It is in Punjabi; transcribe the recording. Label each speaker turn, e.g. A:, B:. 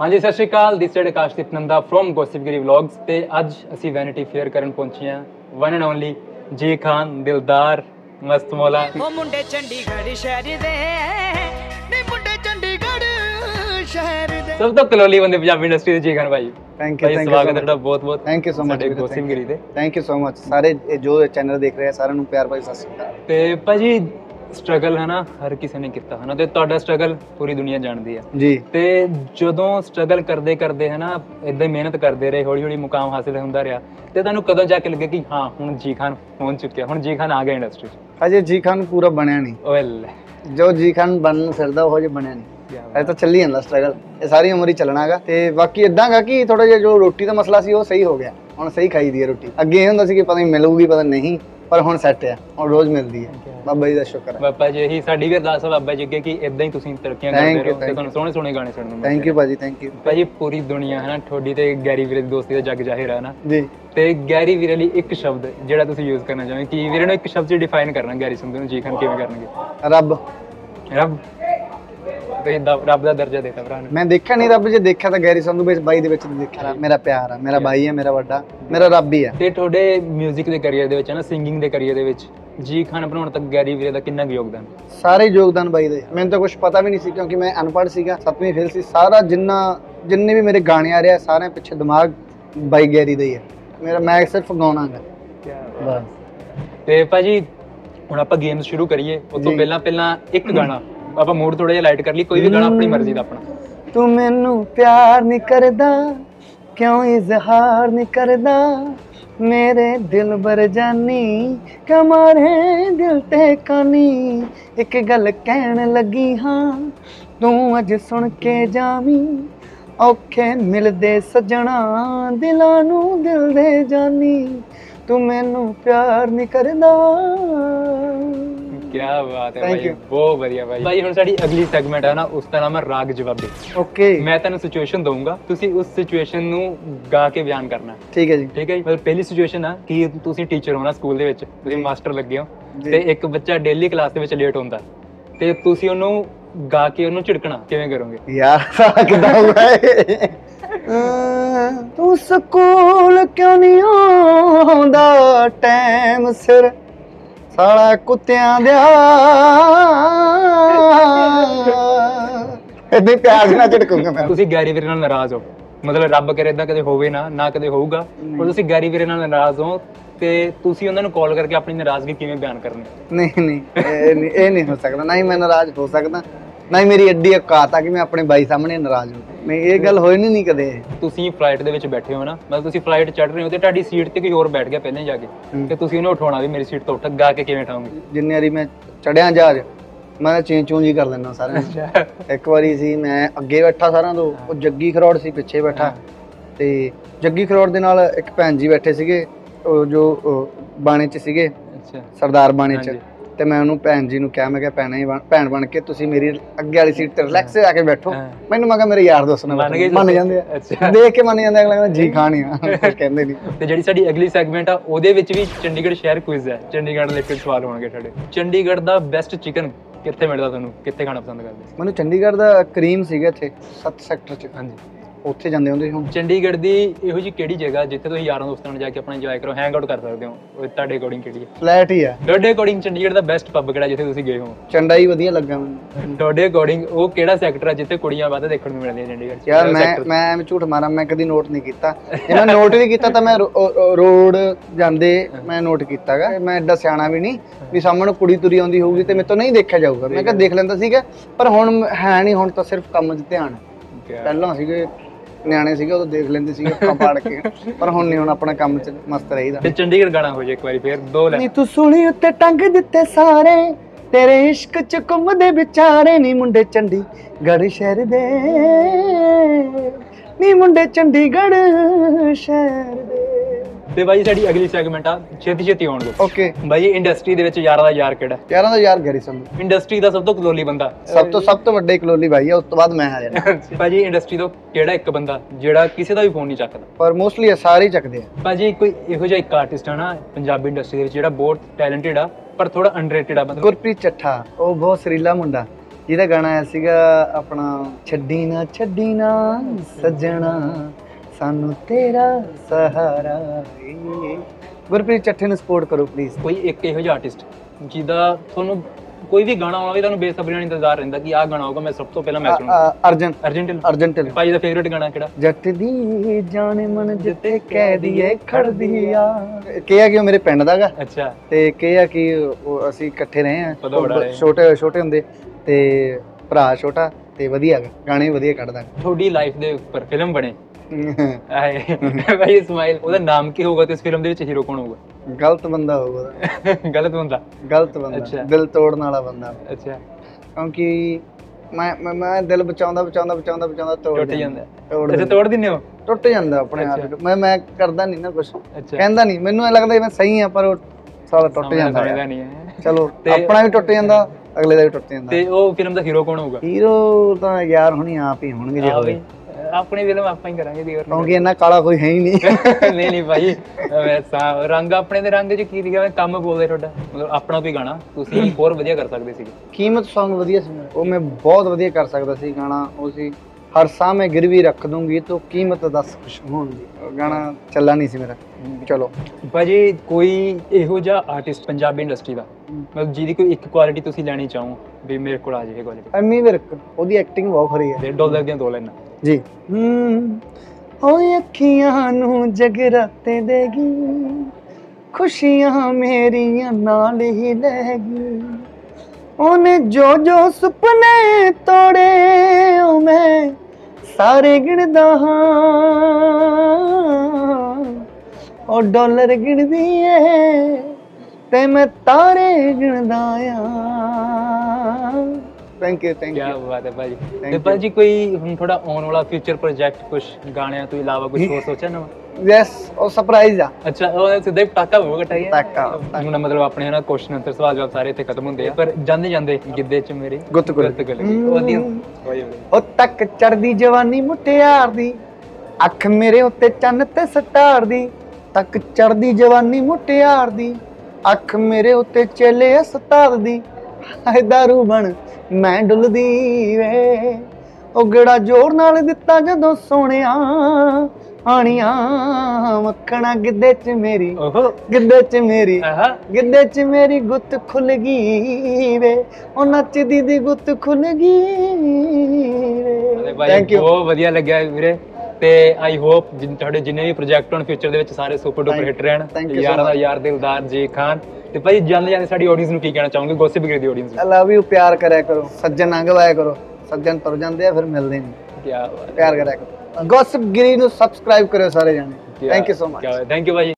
A: ਹਾਂਜੀ ਸਤਿ ਸ਼੍ਰੀ ਅਕਾਲ this is Akashdeep Nanda from Gossipgiri vlogs ਤੇ ਅੱਜ ਅਸੀਂ ਵੈਨਿਟੀ ਫੇਅਰ ਕਰਨ ਪਹੁੰਚੇ ਹਾਂ one and only G Khan ਦਿਲਦਾਰ ਮਸਤ ਮੌਲਾ
B: ਉਹ ਮੁੰਡੇ ਚੰਡੀਗੜ੍ਹ ਸ਼ਹਿਰ ਦੇ ਨਹੀਂ ਮੁੰਡੇ ਚੰਡੀਗੜ੍ਹ ਸ਼ਹਿਰ ਦੇ
A: ਸਭ ਤੋਂ ਕਲੋਲੀ ਬੰਦੇ ਪੰਜਾਬੀ ਇੰਡਸਟਰੀ ਦੇ ਜੀ ਖਾਨ ਭਾਈ
C: ਥੈਂਕ ਯੂ
A: ਭਾਈ
C: ਥੈਂਕ
A: ਸਵਾਗਤ ਹੈ ਤੁਹਾਡਾ
C: ਯੂ
A: ਬਹੁਤ ਬਹੁਤ
C: ਥੈਂਕ ਯੂ ਸੋ ਮਚ
A: ਸਾਡੇ ਗੋਸਿਪਗਿਰੀ ਤੇ
C: ਥੈਂਕ ਯੂ ਸੋ ਮਚ ਸਾਰੇ ਇਹ ਜੋ ਚੈਨਲ ਦੇਖ ਰਹੇ ਆ ਸਾਰਿਆਂ ਨੂੰ ਪਿਆਰ ਭਰੀ ਸਤਿ ਸ਼੍ਰੀ ਅਕਾਲ
A: ਤੇ ਭਾਜੀ ਸਟਰਗਲ ਹੈ ਨਾ ਹਰ ਕਿਸੇ ਨੇ ਕੀਤਾ ਹੈ ਨਾ ਤੇ ਤੁਹਾਡਾ ਸਟਰਗਲ ਪੂਰੀ ਦੁਨੀਆ ਜਾਣਦੀ ਹੈ
C: ਜੀ
A: ਤੇ ਜਦੋਂ ਸਟਰਗਲ ਕਰਦੇ ਕਰਦੇ ਹੈ ਨਾ ਇਦਾਂ ਹੀ ਮਿਹਨਤ ਕਰਦੇ ਰਹੇ ਹੌਲੀ ਹੌਲੀ ਮੁਕਾਮ ਹਾਸਿਲ ਹੁੰਦਾ ਰਿਹਾ ਤੇ ਤੁਹਾਨੂੰ ਕਦੋਂ ਜਾ ਕੇ ਲੱਗੇ ਕਿ ਹਾਂ ਹੁਣ ਜੀ ਖਾਨ ਪਹੁੰਚ ਚੁੱਕਿਆ ਹੁਣ ਜੀ ਖਾਨ ਆ ਗਿਆ ਇੰਡਸਟਰੀ 'ਚ
C: ਅਜੇ ਜੀ ਖਾਨ ਪੂਰਾ ਬਣਿਆ ਨਹੀਂ
A: ਵੈਲ
C: ਜੋ ਜੀ ਖਾਨ ਬਣਨ ਨੂੰ ਫਿਰਦਾ ਉਹ ਜੇ ਬਣਿਆ ਨਹੀਂ ਇਹ ਤਾਂ ਚੱਲੀ ਜਾਂਦਾ ਸਟਰਗਲ ਇਹ ਸਾਰੀ ਉਮਰ ਹੀ ਚੱਲਣਾਗਾ ਤੇ ਬਾਕੀ ਇਦਾਂਗਾ ਕਿ ਥੋੜਾ ਜਿਹਾ ਜੋ ਰੋਟੀ ਦਾ ਮਸਲਾ ਸੀ ਉਹ ਸਹੀ ਹੋ ਗਿਆ ਹੁਣ ਸਹੀ ਖਾਈ ਦੀ ਹੈ ਰੋਟੀ ਅੱਗੇ ਇਹ ਹੁੰਦਾ ਸੀ ਕਿ ਪਤਾ ਨਹੀਂ ਮਿਲੂਗੀ ਪਤਾ ਨਹੀਂ ਪਰ ਹੁਣ ਸੈੱਟ ਆ ਹੁਣ ਰੋਜ਼ ਮਿਲਦੀ ਹੈ ਬਾਬਾ ਜੀ ਦਾ ਸ਼ੁਕਰ ਹੈ
A: ਬਾਬਾ ਜੀ ਇਹੀ ਸਾਡੀ ਵੀ ਅਰਦਾਸ ਹੈ ਬਾਬਾ ਜੀ ਅੱਗੇ ਕਿ ਇਦਾਂ ਹੀ ਤੁਸੀਂ ਤਰੱਕੀਆਂ
C: Thank
A: ਕਰਦੇ
C: you,
A: ਰਹੋ ਤੇ
C: thank
A: ਤੁਹਾਨੂੰ ਸੋਹਣੇ ਸੋਹਣੇ ਗਾਣੇ ਸੁਣਨ ਨੂੰ ਮਿਲਦੇ
C: ਥੈਂਕ ਯੂ ਭਾਜੀ ਥੈਂਕ ਯੂ
A: ਰਹਿਣ। ਭਾਜੀ ਪੂਰੀ ਦੁਨੀਆ ਹੈ ਨਾ ਤੁਹਾਡੀ ਤੇ ਗੈਰੀ ਵੀਰੇ ਦੀ ਦੋਸਤੀ ਦਾ ਜੱਗ ਜ਼ਾਹਿਰ ਹੈ ਨਾ
C: ਜੀ
A: ਤੇ ਗੈਰੀ ਵੀਰੇ ਲਈ ਇੱਕ ਸ਼ਬਦ ਜਿਹੜਾ ਤੁਸੀਂ ਯੂਜ਼ ਕਰਨਾ ਚਾਹੋਗੇ ਕਿ ਵੀਰੇ ਨੂੰ ਇੱਕ ਸ਼ਬਦ ਚ ਡਿਫਾਈਨ ਕਰਨਾ ਗੈਰੀ ਸੰਧੂ ਨੂੰ ਜੀ ਖਾਨ ਕਿਵੇਂ ਕਰਨਗੇ
C: ਰੱਬ
A: ਰੱਬ ਤੇ ਰੱਬ ਦਾ ਦਰਜਾ ਦੇਤਾ ਭਰਾ ਨੂੰ
C: ਮੈਂ ਦੇਖਿਆ ਨਹੀਂ ਰੱਬ ਜੇ ਦੇਖਿਆ ਤਾਂ ਗੈਰੀ ਸੰਧੂ ਵਿੱਚ ਬਾਈ ਦੇ ਵਿੱਚ ਨਹੀਂ ਦੇਖਿਆ ਮੇਰਾ ਪਿਆਰ ਆ ਮੇਰਾ ਬਾਈ ਆ ਮੇਰਾ ਵੱਡਾ ਮੇਰਾ ਰੱਬ ਹੀ ਆ
A: ਤੇ ਤੁਹਾਡੇ 뮤직 ਦੇ ਕੈਰੀਅਰ ਦੇ ਵਿੱਚ ਹੈ ਨਾ ਸਿੰਗਿੰਗ ਦੇ ਕੈਰੀਅਰ ਦੇ ਵਿੱਚ ਜੀ ਖਾਨ ਬਣਾਉਣ ਤੱਕ ਗੈਰੀ ਵੀਰੇ ਦਾ ਕਿੰਨਾ ਕੁ ਯੋਗਦਾਨ
C: ਸਾਰੇ ਯੋਗਦਾਨ ਬਾਈ ਦੇ ਮੈਨੂੰ ਤਾਂ ਕੁਝ ਪਤਾ ਵੀ ਨਹੀਂ ਸੀ ਕਿਉਂਕਿ ਮੈਂ ਅਨਪੜ੍ਹ ਸੀਗਾ ਸੱਤਵੀਂ ਫੇਲ ਸੀ ਸਾਰਾ ਜਿੰਨਾ ਜਿੰਨੇ ਵੀ ਮੇਰੇ ਗਾਣੇ ਆ ਰਿਹਾ ਸਾਰਿਆਂ ਪਿੱਛੇ ਦਿਮਾਗ ਬਾਈ ਗੈਰੀ ਦਾ ਹੀ ਹੈ ਮੇਰਾ ਮੈਂ ਸਿਰਫ ਗਾਉਣਾ ਹੈ ਬਸ
A: ਤੇ ਭਾਜੀ ਹੁਣ ਆਪਾਂ ਗੇਮਸ ਸ਼ੁਰੂ ਕਰੀਏ ਉਸ ਤੋਂ
C: ਜੀ।
A: ਪਹਿਲਾਂ ਪਹਿਲਾਂ ਇੱਕ ਗਾਣਾ ਆਪਾਂ ਮੂਡ ਥੋੜਾ ਜਿਹਾ ਲਾਈਟ ਕਰ ਲਈ ਕੋਈ ਵੀ ਗਾਣਾ ਆਪਣੀ ਮਰਜ਼ੀ ਦਾ ਆਪਣਾ
C: ਤੂੰ ਮੈਨੂੰ ਪਿਆਰ ਨਹੀਂ ਕਰਦਾ ਕਿਉਂ ਇਜ਼ਹਾਰ ਨਹੀਂ ਕਰਦਾ ਮੇਰੇ ਦਿਲ ਬਰ ਜਾਨੀ ਕਮਰੇ ਦਿਲ ਤੇ ਕਾਨੀ ਇੱਕ ਗੱਲ ਕਹਿਣ ਲੱਗੀ ਹਾਂ ਤੂੰ ਅੱਜ ਸੁਣ ਕੇ ਜਾਵੀਂ ਔਖੇ ਮਿਲਦੇ ਸਜਣਾ ਦਿਲਾਂ ਨੂੰ ਦਿਲ ਦੇ ਜਾਨੀ ਤੂੰ ਮੈਨੂੰ ਪਿਆਰ ਨਹੀਂ ਕਰਦਾ
A: ਕੀ ਬਾਤ ਹੈ
C: Thank
A: ਭਾਈ
C: you.
A: ਬਹੁਤ ਵਧੀਆ ਭਾਈ ਭਾਈ ਹੁਣ ਸਾਡੀ ਅਗਲੀ ਸੈਗਮੈਂਟ ਹੈ ਨਾ ਉਸ ਦਾ ਨਾਮ ਹੈ ਰਾਗ ਜਵਾਬੀ
C: ਓਕੇ
A: ਮੈਂ ਤੁਹਾਨੂੰ ਸਿਚੁਏਸ਼ਨ ਦਊਂਗਾ ਤੁਸੀਂ ਉਸ ਸਿਚੁਏਸ਼ਨ ਨੂੰ ਗਾ ਕੇ ਬਿਆਨ ਕਰਨਾ ਹੈ।
C: ਠੀਕ ਹੈ ਜੀ
A: ਠੀਕ ਹੈ ਜੀ ਮਤਲਬ ਪਹਿਲੀ ਸਿਚੁਏਸ਼ਨ ਆ ਕਿ ਤੁਸੀਂ ਟੀਚਰ ਹੋ ਨਾ ਸਕੂਲ ਦੇ ਵਿੱਚ ਤੁਸੀਂ ਮਾਸਟਰ ਲੱਗੇ ਹੋ
C: ਜੀ।
A: ਤੇ ਇੱਕ ਬੱਚਾ ਡੇਲੀ ਕਲਾਸ ਦੇ ਵਿੱਚ ਲੇਟ ਹੁੰਦਾ ਤੇ ਤੁਸੀਂ ਉਹਨੂੰ ਗਾ ਕੇ ਉਹਨੂੰ ਝਿੜਕਣਾ ਕਿਵੇਂ ਕਰੋਗੇ
C: ਯਾਰ ਸਾਲਾ ਕਿਦਾਂ ਹੋਇਆ ਇਹ? ਅਮ, ਤੂੰ ਸਕੂਲ ਕਿਉਂ ਨਹੀਂ ਆਉਂਦਾ ਟਾਈਮ ਸਿਰ ਸਾਲਾ ਕੁੱਤਿਆਂ ਦਿਆ ਇਦਾਂ ਪਿਆਰ ਨਾਲ ਝਟਕੂਗਾ ਮੈਂ
A: ਤੁਸੀਂ ਗੈਰੀ ਵੀਰੇ ਨਾਲ ਨਾਰਾਜ਼ ਹੋ ਮਤਲਬ ਰੱਬ ਕਰੇ ਇਦਾਂ ਕਦੇ ਹੋਵੇ ਨਾ ਨਾ ਕਦੇ ਹੋਊਗਾ ਪਰ ਤੁਸੀਂ ਗੈਰੀ ਵੀਰੇ ਨਾਲ ਨਾਰਾਜ਼ ਹੋ ਤੇ ਤੁਸੀਂ ਉਹਨਾਂ ਨੂੰ ਕਾਲ ਕਰਕੇ ਆਪਣੀ ਨਾਰਾਜ਼ਗੀ ਕਿਵੇਂ ਬਿਆਨ ਕਰਨੀ
C: ਨਹੀਂ ਨਹੀਂ ਇਹ ਨਹੀਂ ਇਹ ਨਹੀਂ ਹੋ ਸਕਦਾ ਨਾ ਹੀ ਮੈਂ ਨਾਰਾਜ਼ ਹੋ ਸਕਦਾ ਨਾ ਹੀ ਮੇਰੀ ਐਡੀ ਔਕਾਤ ਆ ਕਿ ਮੈਂ ਆਪਣੇ ਬਾਈ ਸਾਹਮਣੇ ਨਾਰਾਜ਼ ਹੋਵਾਂ ਨਹੀਂ ਇਹ ਗੱਲ ਹੋਈ ਨਹੀਂ ਨਹੀਂ ਕਦੇ
A: ਤੁਸੀਂ ਫਲਾਈਟ ਦੇ ਵਿੱਚ ਬੈਠੇ ਹੋ ਨਾ ਮਤਲਬ ਤੁਸੀਂ ਫਲਾਈਟ ਚੜ੍ਹ ਰਹੇ ਹੋ ਤੇ ਤੁਹਾਡੀ ਸੀਟ ਤੇ ਕੋਈ ਹੋਰ ਬੈਠ ਗਿਆ ਪਹਿਲਾਂ ਹੀ ਜਾ ਕੇ
C: ਹਮ।
A: ਤੇ ਤੁਸੀਂ ਉਹਨੂੰ ਉਠਾਉਣਾ ਵੀ ਮੇਰੀ ਸੀਟ ਤੋਂ ਉੱਠ ਗਾ ਕੇ ਕਿਵੇਂ ਉਠਾਉਂਗੇ
C: ਜਿੰਨੇ ਵਾਰੀ ਮੈਂ ਚੜਿਆ ਜਹਾਜ਼ ਮੈਂ ਚੇਂ ਚੂੰ ਜੀ ਕਰ ਲੈਣਾ ਸਾਰਿਆਂ ਨੂੰ ਇੱਕ ਵਾਰੀ ਸੀ ਮੈਂ ਅੱਗੇ ਬੈਠਾ ਸਾਰਿਆਂ ਤੋਂ ਉਹ ਜੱਗੀ ਖਰੋੜ ਸੀ ਪਿੱਛੇ ਬੈਠਾ ਤੇ ਜੱਗੀ ਖਰੋੜ ਦੇ ਨਾਲ ਇੱਕ ਭੈਣ ਜੀ ਬੈਠੇ ਸੀਗੇ ਉਹ ਜੋ ਉਹ ਬਾਣੇ 'ਚ ਸੀਗੇ
A: ਅੱਛਾ
C: ਸਰਦਾਰ ਬਾਣੇ 'ਚ
A: ਹਾਂਜੀ।
C: ਤੇ ਮੈਂ ਉਹਨੂੰ ਭੈਣ ਜੀ ਨੂੰ ਕਿਹਾ ਮੈਂ ਕਿਹਾ ਭੈਣਾ ਹੀ ਬਣ- ਭੈਣ ਬਣ ਕੇ ਤੁਸੀਂ ਮੇਰੀ ਅੱਗੇ ਵਾਲੀ ਸੀਟ ਤੇ ਰਿਲੈਕਸ ਆ ਕੇ ਬੈਠੋ
A: ਹਾਂ।
C: ਮੈਨੂੰ ਮੈਂ ਕਿਹਾ ਮੇਰੇ ਯਾਰ ਦੋਸਤ ਨੇ
A: ਮੰਨ ਗਏ
C: ਮੰਨ
A: ਤੁਸੀਂ?
C: ਜਾਂਦੇ
A: ਅੱਛਾ।
C: ਆ ਦੇਖ ਕੇ ਮੰਨ ਜਾਂਦੇ ਆ, ਅਗਲਾ ਕਹਿੰਦਾ ਜੀ ਖਾਣੀ ਆ ਕੁਛ ਕਹਿੰਦੇ ਨਹੀਂ
A: ਤੇ ਜਿਹੜੀ ਸਾਡੀ ਅਗਲੀ ਸੈਗਮੈਂਟ ਆ ਉਹਦੇ ਵਿੱਚ ਵੀ ਚੰਡੀਗੜ੍ਹ ਸ਼ਹਿਰ ਕੁਇਜ਼ ਹੈ ਚੰਡੀਗੜ੍ਹ ਰਿਲੇਟਡ ਸਵਾਲ ਹੋਣਗੇ ਤੁਹਾਡੇ ਚੰਡੀਗੜ੍ਹ ਦਾ ਬੈਸਟ ਚਿਕਨ ਕਿੱਥੇ ਮਿਲਦਾ ਤੁਹਾਨੂੰ ਕਿੱਥੇ ਖਾਣਾ ਪਸੰਦ ਕਰਦੇ
C: ਮੈਨੂੰ ਚੰਡੀਗੜ੍ਹ ਦਾ ਕਰੀਮ ਸੀਗਾ ਇੱਥੇ 7 ਸੈਕਟਰ 'ਚ
A: ਹਾਂਜੀ
C: ਉੱਥੇ ਜਾਂਦੇ ਹੁੰਦੇ ਸੀ ਹੁਣ
A: ਚੰਡੀਗੜ੍ਹ ਦੀ ਇਹੋ ਜੀ ਕਿਹੜੀ ਜਗ੍ਹਾ ਜਿੱਥੇ ਤੁਸੀਂ ਯਾਰਾਂ ਦੋਸਤਾਂ ਨਾਲ ਜਾ ਕੇ ਆਪਣਾ ਇੰਜੋਏ ਕਰੋ ਹੈਂਗ ਆਊਟ ਕਰ ਸਕਦੇ ਹੋ ਉਹ ਤੁਹਾਡੇ ਅਕੋਰਡਿੰਗ ਕਿਹੜੀ ਹੈ
C: ਫਲੈਟ ਹੀ ਆ
A: ਤੁਹਾਡੇ ਅਕੋਰਡਿੰਗ ਚੰਡੀਗੜ੍ਹ ਦਾ ਬੈਸਟ ਪੱਬ ਕਿਹੜਾ ਜਿੱਥੇ ਤੁਸੀਂ ਗਏ ਹੋ
C: ਚੰਡਾ ਹੀ ਵਧੀਆ ਲੱਗਾ ਮੈਨੂੰ
A: ਤੁਹਾਡੇ ਅਕੋਰਡਿੰਗ ਉਹ ਕਿਹੜਾ ਸੈਕਟਰ ਹੈ ਜਿੱਥੇ ਕੁੜੀਆਂ ਵੱਧ ਦੇਖਣ ਨੂੰ ਮਿਲਦੀਆਂ ਚੰਡੀਗੜ੍ਹ 'ਚ?
C: ਯਾਰ
A: ਕਿਹੜਾ
C: ਮੈਂ
A: sector?
C: ਮੈਂ ਐਵੇਂ ਝੂਠ ਮਾਰਾਂ ਮੈਂ ਕਦੀ ਨੋਟ ਨਹੀਂ ਕੀਤਾ ਜੇ ਮੈਂ ਨੋਟ ਵੀ ਕੀਤਾ ਤਾਂ ਮੈਂ ਰੋ- ਅ- ਰੋਡ ਜਾਂਦੇ ਮੈਂ ਨੋਟ ਕੀਤਾਗਾ ਮੈਂ ਐਡਾ ਸਿਆਣਾ ਵੀ ਨਹੀਂ ਵੀ ਸਾਹਮਣੇ ਕੁੜੀ ਤੁਰੀ ਆਉਂਦੀ ਹੋਊਗੀ ਤੇ ਮੇਤੋਂ ਨਹੀਂ ਦੇਖਿਆ ਜਾਊਗਾ ਮੈਂ ਕਿਹਾ ਦੇਖ ਲੈਂਦਾ ਸੀਗਾ ਪਰ ਹੁਣ ਹੈ ਨਹੀਂ ਹੁਣ ਤਾਂ ਸਿਰਫ ਕੰਮ 'ਚ ਧਿਆਨ ਹੈ।
A: ਕਿਆ-
C: ਪਹਿਲਾਂ ਸੀਗੇ ਨਿਆਣੇ ਸੀਗੇ ਉਦੋਂ ਦੇਖ ਲੈਂਦੇ ਸੀਗੇ ਅੱਖਾਂ ਪਾੜ ਕੇ ਪਰ ਹੁਣ ਨਹੀਂ ਹੁਣ ਆਪਣਾ ਕੰਮ 'ਚ ਮਸਤ ਰਹੀਦਾ
A: ਤੇ ਚੰਡੀਗੜ੍ਹ ਗਾਣਾ ਹੋ ਜੇ ਇੱਕ ਵਾਰੀ ਫੇਰ ਦੋ ਲੈ
C: ਨੀ ਤੂੰ ਸੁਣੀ ਉੱਤੇ ਟੰਗ ਦਿੱਤੇ ਸਾਰੇ ਤੇਰੇ ਇਸ਼ਕ ਚ ਘੁੰਮਦੇ ਵਿਚਾਰੇ ਨੀ ਮੁੰਡੇ ਚੰਡੀ ਗੜ ਸ਼ਹਿਰ ਦੇ ਨੀ ਮੁੰਡੇ ਚੰਡੀਗੜ੍ਹ ਸ਼ਹਿਰ ਦੇ
A: ਤੇ ਬਾਈ ਸਾਡੀ ਅਗਲੀ ਸੈਗਮੈਂਟ ਆ ਛੇਤੀ ਛੇਤੀ ਆਉਣ ਦਿਓ
C: ਓਕੇ
A: ਬਾਈ ਇੰਡਸਟਰੀ ਦੇ ਵਿੱਚ ਯਾਰਾਂ ਦਾ ਯਾਰ ਕਿਹੜਾ
C: ਯਾਰਾਂ ਦਾ ਯਾਰ ਗੈਰੀ ਸੰਧੂ
A: ਇੰਡਸਟਰੀ ਦਾ ਸਭ ਤੋਂ ਕਲੋਲੀ ਬੰਦਾ
C: ਸਭ ਤੋਂ ਸਭ ਤੋਂ ਵੱਡੇ ਕਲੋਲੀ ਭਾਈ ਆ ਉਸ ਤੋਂ ਬਾਅਦ ਮੈਂ ਆ ਜਾਣਾ
A: ਭਾਜੀ ਇੰਡਸਟਰੀ ਤੋਂ ਕਿਹੜਾ ਇੱਕ ਬੰਦਾ ਜਿਹੜਾ ਕਿਸੇ ਦਾ ਵੀ ਫੋਨ ਨਹੀਂ ਚੱਕਦਾ
C: ਪਰ ਮੋਸਟਲੀ ਇਹ ਸਾਰੇ ਹੀ ਚੱਕਦੇ ਆ
A: ਭਾਜੀ ਕੋਈ ਇਹੋ ਜਿਹਾ ਇੱਕ ਆਰਟਿਸਟ ਆ ਨਾ ਪੰਜਾਬੀ ਇੰਡਸਟਰੀ ਦੇ ਵਿੱਚ ਜਿਹੜਾ ਬਹੁਤ ਟੈਲੈਂਟਡ ਆ ਪਰ ਥੋੜਾ ਅੰਡਰਰੇਟਡ ਆ ਮਤਲਬ
C: ਗੁਰਪ੍ਰੀਤ ਚੱਠਾ ਉਹ ਬਹੁਤ ਸਰੀਲਾ ਮੁੰਡਾ ਜਿਹਦਾ ਗਾਣਾ ਆਇਆ ਸੀਗਾ ਆਪਣਾ ਛੱਡੀ ਨਾ ਛੱਡੀ ਨਾ ਸੱਜਣਾ ਸਾਨੂੰ ਤੇਰਾ ਸਹਾਰਾ ਏ। ਗੁਰਪ੍ਰੀਤ ਚੱਠੇ ਨੂੰ ਸਪੋਰਟ ਕਰੋ ਪਲੀਜ਼
A: ਕੋਈ ਇੱਕ ਇਹੋ ਜਿਹਾ ਆਰਟਿਸਟ ਜਿਹਦਾ ਤੁਹਾਨੂੰ ਕੋਈ ਵੀ ਗਾਣਾ ਆਉਣਾ ਹੋਵੇ ਤੁਹਾਨੂੰ ਬੇਸਬਰੀ ਨਾਲ ਇੰਤਜ਼ਾਰ ਰਹਿੰਦਾ ਕਿ ਆਹ ਗਾਣਾ ਆਊਗਾ ਮੈਂ ਸਭ ਤੋਂ ਪਹਿਲਾਂ ਮੈਂ ਸੁਣੂਗਾ
C: ਅਰਜਨ
A: ਅਰਜਨ ਢਿੱਲੋਂ
C: ਅਰਜਨ ਟਿਲ
A: ਭਾਈ ਦਾ ਫੇਵਰਿਟ ਗਾਣਾ ਕਿਹੜਾ
C: ਜੱਟ ਦੀ ਜਾਣੇ ਮਨ ਜਿੱਤੇ ਕੈਦੀ ਏ ਖੜਦੀ ਆ ਕੀ ਆ ਕਿ ਉਹ ਮੇਰੇ ਪਿੰਡ ਦਾਗਾ
A: ਅੱਛਾ
C: ਤੇ ਕੀ ਆ ਕਿ ਉਹ ਅਸੀਂ ਇਕੱਠੇ ਰਹੇ ਆ
A: ਭਦੌੜਾ ਰਹੇ।
C: ਛੋਟੇ ਛੋਟੇ ਹੁੰਦੇ ਤੇ ਭਰਾ ਛੋਟਾ ਤੇ ਵਧੀਆ ਗਾ, ਗਾਣੇ ਵਧੀਆ ਕੱਢਦਾ
A: ਤੁਹਾਡੀ ਲਾਈਫ ਦੇ ਉੱਪਰ ਫਿਲਮ ਬਣੇ ਆਏ ਭਾਈ ਇਸਮਾਈਲ ਉਹਦਾ ਨਾਮ ਕੀ ਹੋਊਗਾ ਤੇ ਇਸ ਫਿਲਮ ਦੇ ਵਿੱਚ ਹੀਰੋ ਕੌਣ ਹੋਊਗਾ
C: ਗਲਤ ਬੰਦਾ ਹੋਊਗਾ
A: ਗਲਤ ਬੰਦਾ
C: ਗਲਤ
A: ਅੱਛਾ।
C: ਬੰਦਾ ਦਿਲ ਤੋੜਨ ਵਾਲਾ ਬੰਦਾ
A: ਅੱਛਾ
C: ਕਿਉਂਕਿ ਮੈਂ ਮੈਂ- ਮੈਂ ਦਿਲ ਬਚਾਉਂਦਾ ਬਚਾਉਂਦਾ ਬਚਾਉਂਦਾ ਬਚਾਉਂਦਾ ਤੋੜ
A: ਟੁੱਟ
C: ਦਿੰਦਾ।
A: ਜਾਂਦਾ
C: ਤੋੜ
A: ਅੱਛਾ
C: ਦਿੰਦਾ।
A: ਤੋੜ ਦਿੰਦੇ ਹੋ
C: ਟੁੱਟ ਜਾਂਦਾ ਆਪਣੇ ਆਪ
A: ਅੱਛਾ।
C: ਹੀ। ਮੈਂ ਮੈਂ ਕਰਦਾ ਨਹੀਂ ਨਾ ਕੁਝ
A: ਅੱਛਾ
C: ਕਹਿੰਦਾ ਨਹੀਂ ਮੈਨੂੰ ਇਹ ਲੱਗਦਾ ਵੀ ਮੈਂ ਸਹੀ ਆ ਪਰ ਉਹ ਸਾਲਾ ਟੁੱਟ
A: ਸਮਝਦਾ-
C: ਜਾਂਦਾ
A: ਸਮਝਦਾ
C: ਯਾਰ।
A: ਨਹੀਂ ਹੈ
C: ਚਲੋ
A: ਤੇ-
C: ਆਪਣਾ ਵੀ ਟੁੱਟ ਜਾਂਦਾ ਅਗਲੇ ਦਾ ਵੀ ਟੁੱਟ ਜਾਂਦਾ
A: ਤੇ ਉਹ ਫਿਲਮ ਦਾ ਹੀਰੋ ਕੌਣ ਹੋਊਗਾ
C: ਹੀਰੋ ਤਾਂ ਯਾਰ ਹੁਣੀ ਆਪ ਹੀ ਹੋਣਗੇ ਜੇ
A: ਆਹ
C: ਹੋਵੇ
A: ਬਈ, ਆਪਣੀ ਫਿਲਮ ਆਪਾਂ ਹੀ ਕਰਾਂਗੇ ਦੀ
C: ਕਿਉਂਕਿ ਇੰਨਾ ਕਾਲਾ ਕੋਈ ਹੈ ਹੀ ਨਹੀਂ
A: ਨਹੀਂ ਨਹੀਂ ਭਾਈ ਵੈਸਾ ਰੰਗ ਆਪਣੇ ਦੇ ਰੰਗ ਚ ਕੀ ਲਿਖਿਆ ਹੋਇਆ ਕੰਮ ਬੋਲਦੇ ਤੁਹਾਡਾ ਮਤਲਬ ਆਪਣਾ ਕੋਈ ਗਾਣਾ ਤੁਸੀਂ ਹੋਰ ਵਧੀਆ ਕਰ ਸਕਦੇ ਸੀਗੇ
C: ਕੀਮਤ Song ਵਧੀਆ ਸੀ ਮੇਰਾ। ਉਹ ਮੈਂ ਬਹੁਤ ਵਧੀਆ ਕਰ ਸਕਦਾ ਸੀ ਗਾਣਾ ਉਹ ਸੀ ਹਰ ਸਾਹ ਮੈਂ ਗਿਰਵੀ ਰੱਖ ਦੂੰਗੀ ਤੋ ਕੀਮਤ ਦੱਸ ਖੁਸ਼ ਹੋਣ ਦੀ ਉਹ ਗਾਣਾ ਚੱਲਾ ਨਹੀਂ ਸੀ ਮੇਰਾ ਚਲੋ
A: ਭਾਜੀ ਕੋਈ ਇਹੋ ਜਿਹਾ ਆਰਟਿਸਟ ਪੰਜਾਬੀ ਇੰਡਸਟਰੀ ਦਾ ਮਤਲਬ ਜਿਹਦੀ ਕੋਈ ਇੱਕ ਕੁਆਲਿਟੀ ਤੁਸੀਂ ਲੈਣੀ ਚਾਹੋ ਵੀ ਮੇਰੇ ਕੋਲ ਆ ਜਾਵੇ ਕੁਆਲਿਟੀ
C: ਐਮੀ ਵਿਰਕ ਉਹਦੀ ਐਕਟਿੰਗ ਬਹੁਤ ਖਰੀ ਹੈ
A: ਤੇ ਡਾਲਰ ਦੀਆਂ ਦੋ ਲੈਣਾ
C: ਜੀ ਹੂੰ ਓਏ ਅੱਖੀਆਂ ਨੂੰ ਜਗਰਾਤੇ ਦੇਗੀ ਖੁਸ਼ੀਆਂ ਮੇਰੀਆਂ ਨਾਲ ਹੀ ਲਹਿਗੀ ਉਹਨੇ ਜੋ ਜੋ ਸੁਪਨੇ ਤੋੜੇ ਉਹ ਮੈਂ ਸਾਰੇ ਗਿਣਦਾ ਹਾਂ ਉਹ ਡਾਲਰ ਗਿਣਦੀ ਏ ਤੇ ਮੈਂ ਤਾਰੇ ਗਿਣਦਾ ਆ ਥੈਂਕ ਯੂ ਥੈਂਕ
A: ਕੀ
C: ਯੂ
A: ਬਾਤ ਹੈ ਭਾਜੀ
C: Thank
A: ਤੇ
C: you.
A: ਭਾਜੀ ਕੋਈ ਹੁਣ ਥੋੜਾ ਆਉਣ ਵਾਲਾ ਫਿਊਚਰ ਪ੍ਰੋਜੈਕਟ ਕੁਝ ਗਾਣਿਆਂ ਤੋਂ ਇਲਾਵਾ ਕੁਝ ਹੋਰ ਸੋਚਿਆ ਨਾ
C: ਯੈਸ ਉਹ ਸਰਪ੍ਰਾਈਜ਼ ਆ
A: ਅੱਛਾ ਉਹ ਸਿੱਧਾ ਹੀ ਪਟਾਕਾ ਹੋ ਘਟਾਈ
C: ਪਟਾਕਾ,
A: ਹੁਣ ਮਤਲਬ ਆਪਣੇ ਹਨਾ ਕੁਐਸਚਨ ਆਨਸਰ ਸਵਾਲ ਜਵਾਬ ਸਾਰੇ ਇੱਥੇ ਖਤਮ ਹੁੰਦੇ ਆ ਪਰ ਜਾਂਦੇ ਜਾਂਦੇ ਗਿੱਧੇ ਚ ਮੇਰੇ
C: ਗੁੱਤਗੁਲੇ।
A: ਗੁੱਤ ਗਲੇ ਉਹਦੀਆਂ
C: ਉਹ ਤੱਕ ਚੜਦੀ ਜਵਾਨੀ ਮੁਟਿਆਰ ਦੀ ਅੱਖ ਮੇਰੇ ਉੱਤੇ ਚੰਨ ਤੇ ਸਟਾਰ ਦੀ ਤੱਕ ਚੜਦੀ ਜਵਾਨੀ ਮੁਟਿਆਰ ਦੀ ਅੱਖ ਮੇਰੇ ਉੱਤੇ ਚੇਲੇ ਸਤਾਰ ਦੀ ਹਾਏ ਦਾਰੂ ਬਣ ਮੈਂ ਡੁੱਲਦੀ ਵੇ ਉਹ ਗੜਾ ਜ਼ੋਰ ਨਾਲ ਦਿੱਤਾ ਜਦੋਂ ਸੋਹਣਿਆ ਆਣੀਆਂ ਮੱਖਣਾ ਗਿੱਧੇ 'ਚ ਮੇਰੀ
A: ਓਹੋ
C: ਗਿੱਧੇ 'ਚ ਮੇਰੀ
A: ਆਹਾ
C: ਗਿੱਧੇ 'ਚ ਮੇਰੀ ਗੁੱਤ ਖੁੱਲ ਗਈ ਵੇ ਉਹ ਨੱਚਦੀ ਦੀ ਗੁੱਤ ਖੁੱਲ ਗਈ
A: ਤੇ
C: ਵੇ
A: ਭਾਈ
C: ਥੈਂਕ ਯੂ
A: ਬਹੁਤ ਵਧੀਆ ਲੱਗਿਆ ਵੀਰੇ ਤੇ ਆਈ ਹੋਪ ਜਿਨ ਤੁਹਾਡੇ ਜਿੰਨੇ ਵੀ ਪ੍ਰੋਜੈਕਟ ਹੋਣ ਫਿਊਚਰ ਦੇ ਵਿੱਚ ਸਾਰੇ ਸੁਪਰ ਡੁਪਰ
C: Thank-
A: ਹਿੱਟ ਰਹਿਣ
C: thank you so
A: ਯਾਰ ਦਾ
C: much.
A: ਯਾਰ ਦਿਲਦਾਰ ਜੀ ਖਾਨ ਤੇ ਭਾਈ ਜਾਂਦੇ ਜਾਂਦੇ ਸਾਡੀ ਆਡੀਅנס ਨੂੰ ਕੀ ਕਹਿਣਾ ਚਾਹੋਗੇ ਗੋਸਿਪ ਗਰੇ ਦੀ ਆਡੀਅנס
C: ਆਈ ਲਵ ਯੂ ਪਿਆਰ ਕਰਿਆ ਕਰੋ ਸੱਜਣ ਅੰਗਵਾਇਆ ਕਰੋ ਸੱਜਣ ਤੁਰ ਜਾਂਦੇ ਆ ਫਿਰ ਮਿਲਦੇ ਨਹੀਂ
A: ਨੂੰ ਕੀ
C: ਪਿਆਰ ਕਰਿਆ ਕਰੋ ਗੌਸਪ ਗਿਰੀ ਨੂੰ ਸਬਸਕ੍ਰਾਈਬ ਕਰਿਓ ਸਾਰੇ ਜਾਣੇ thank you so much
A: thank you Bhai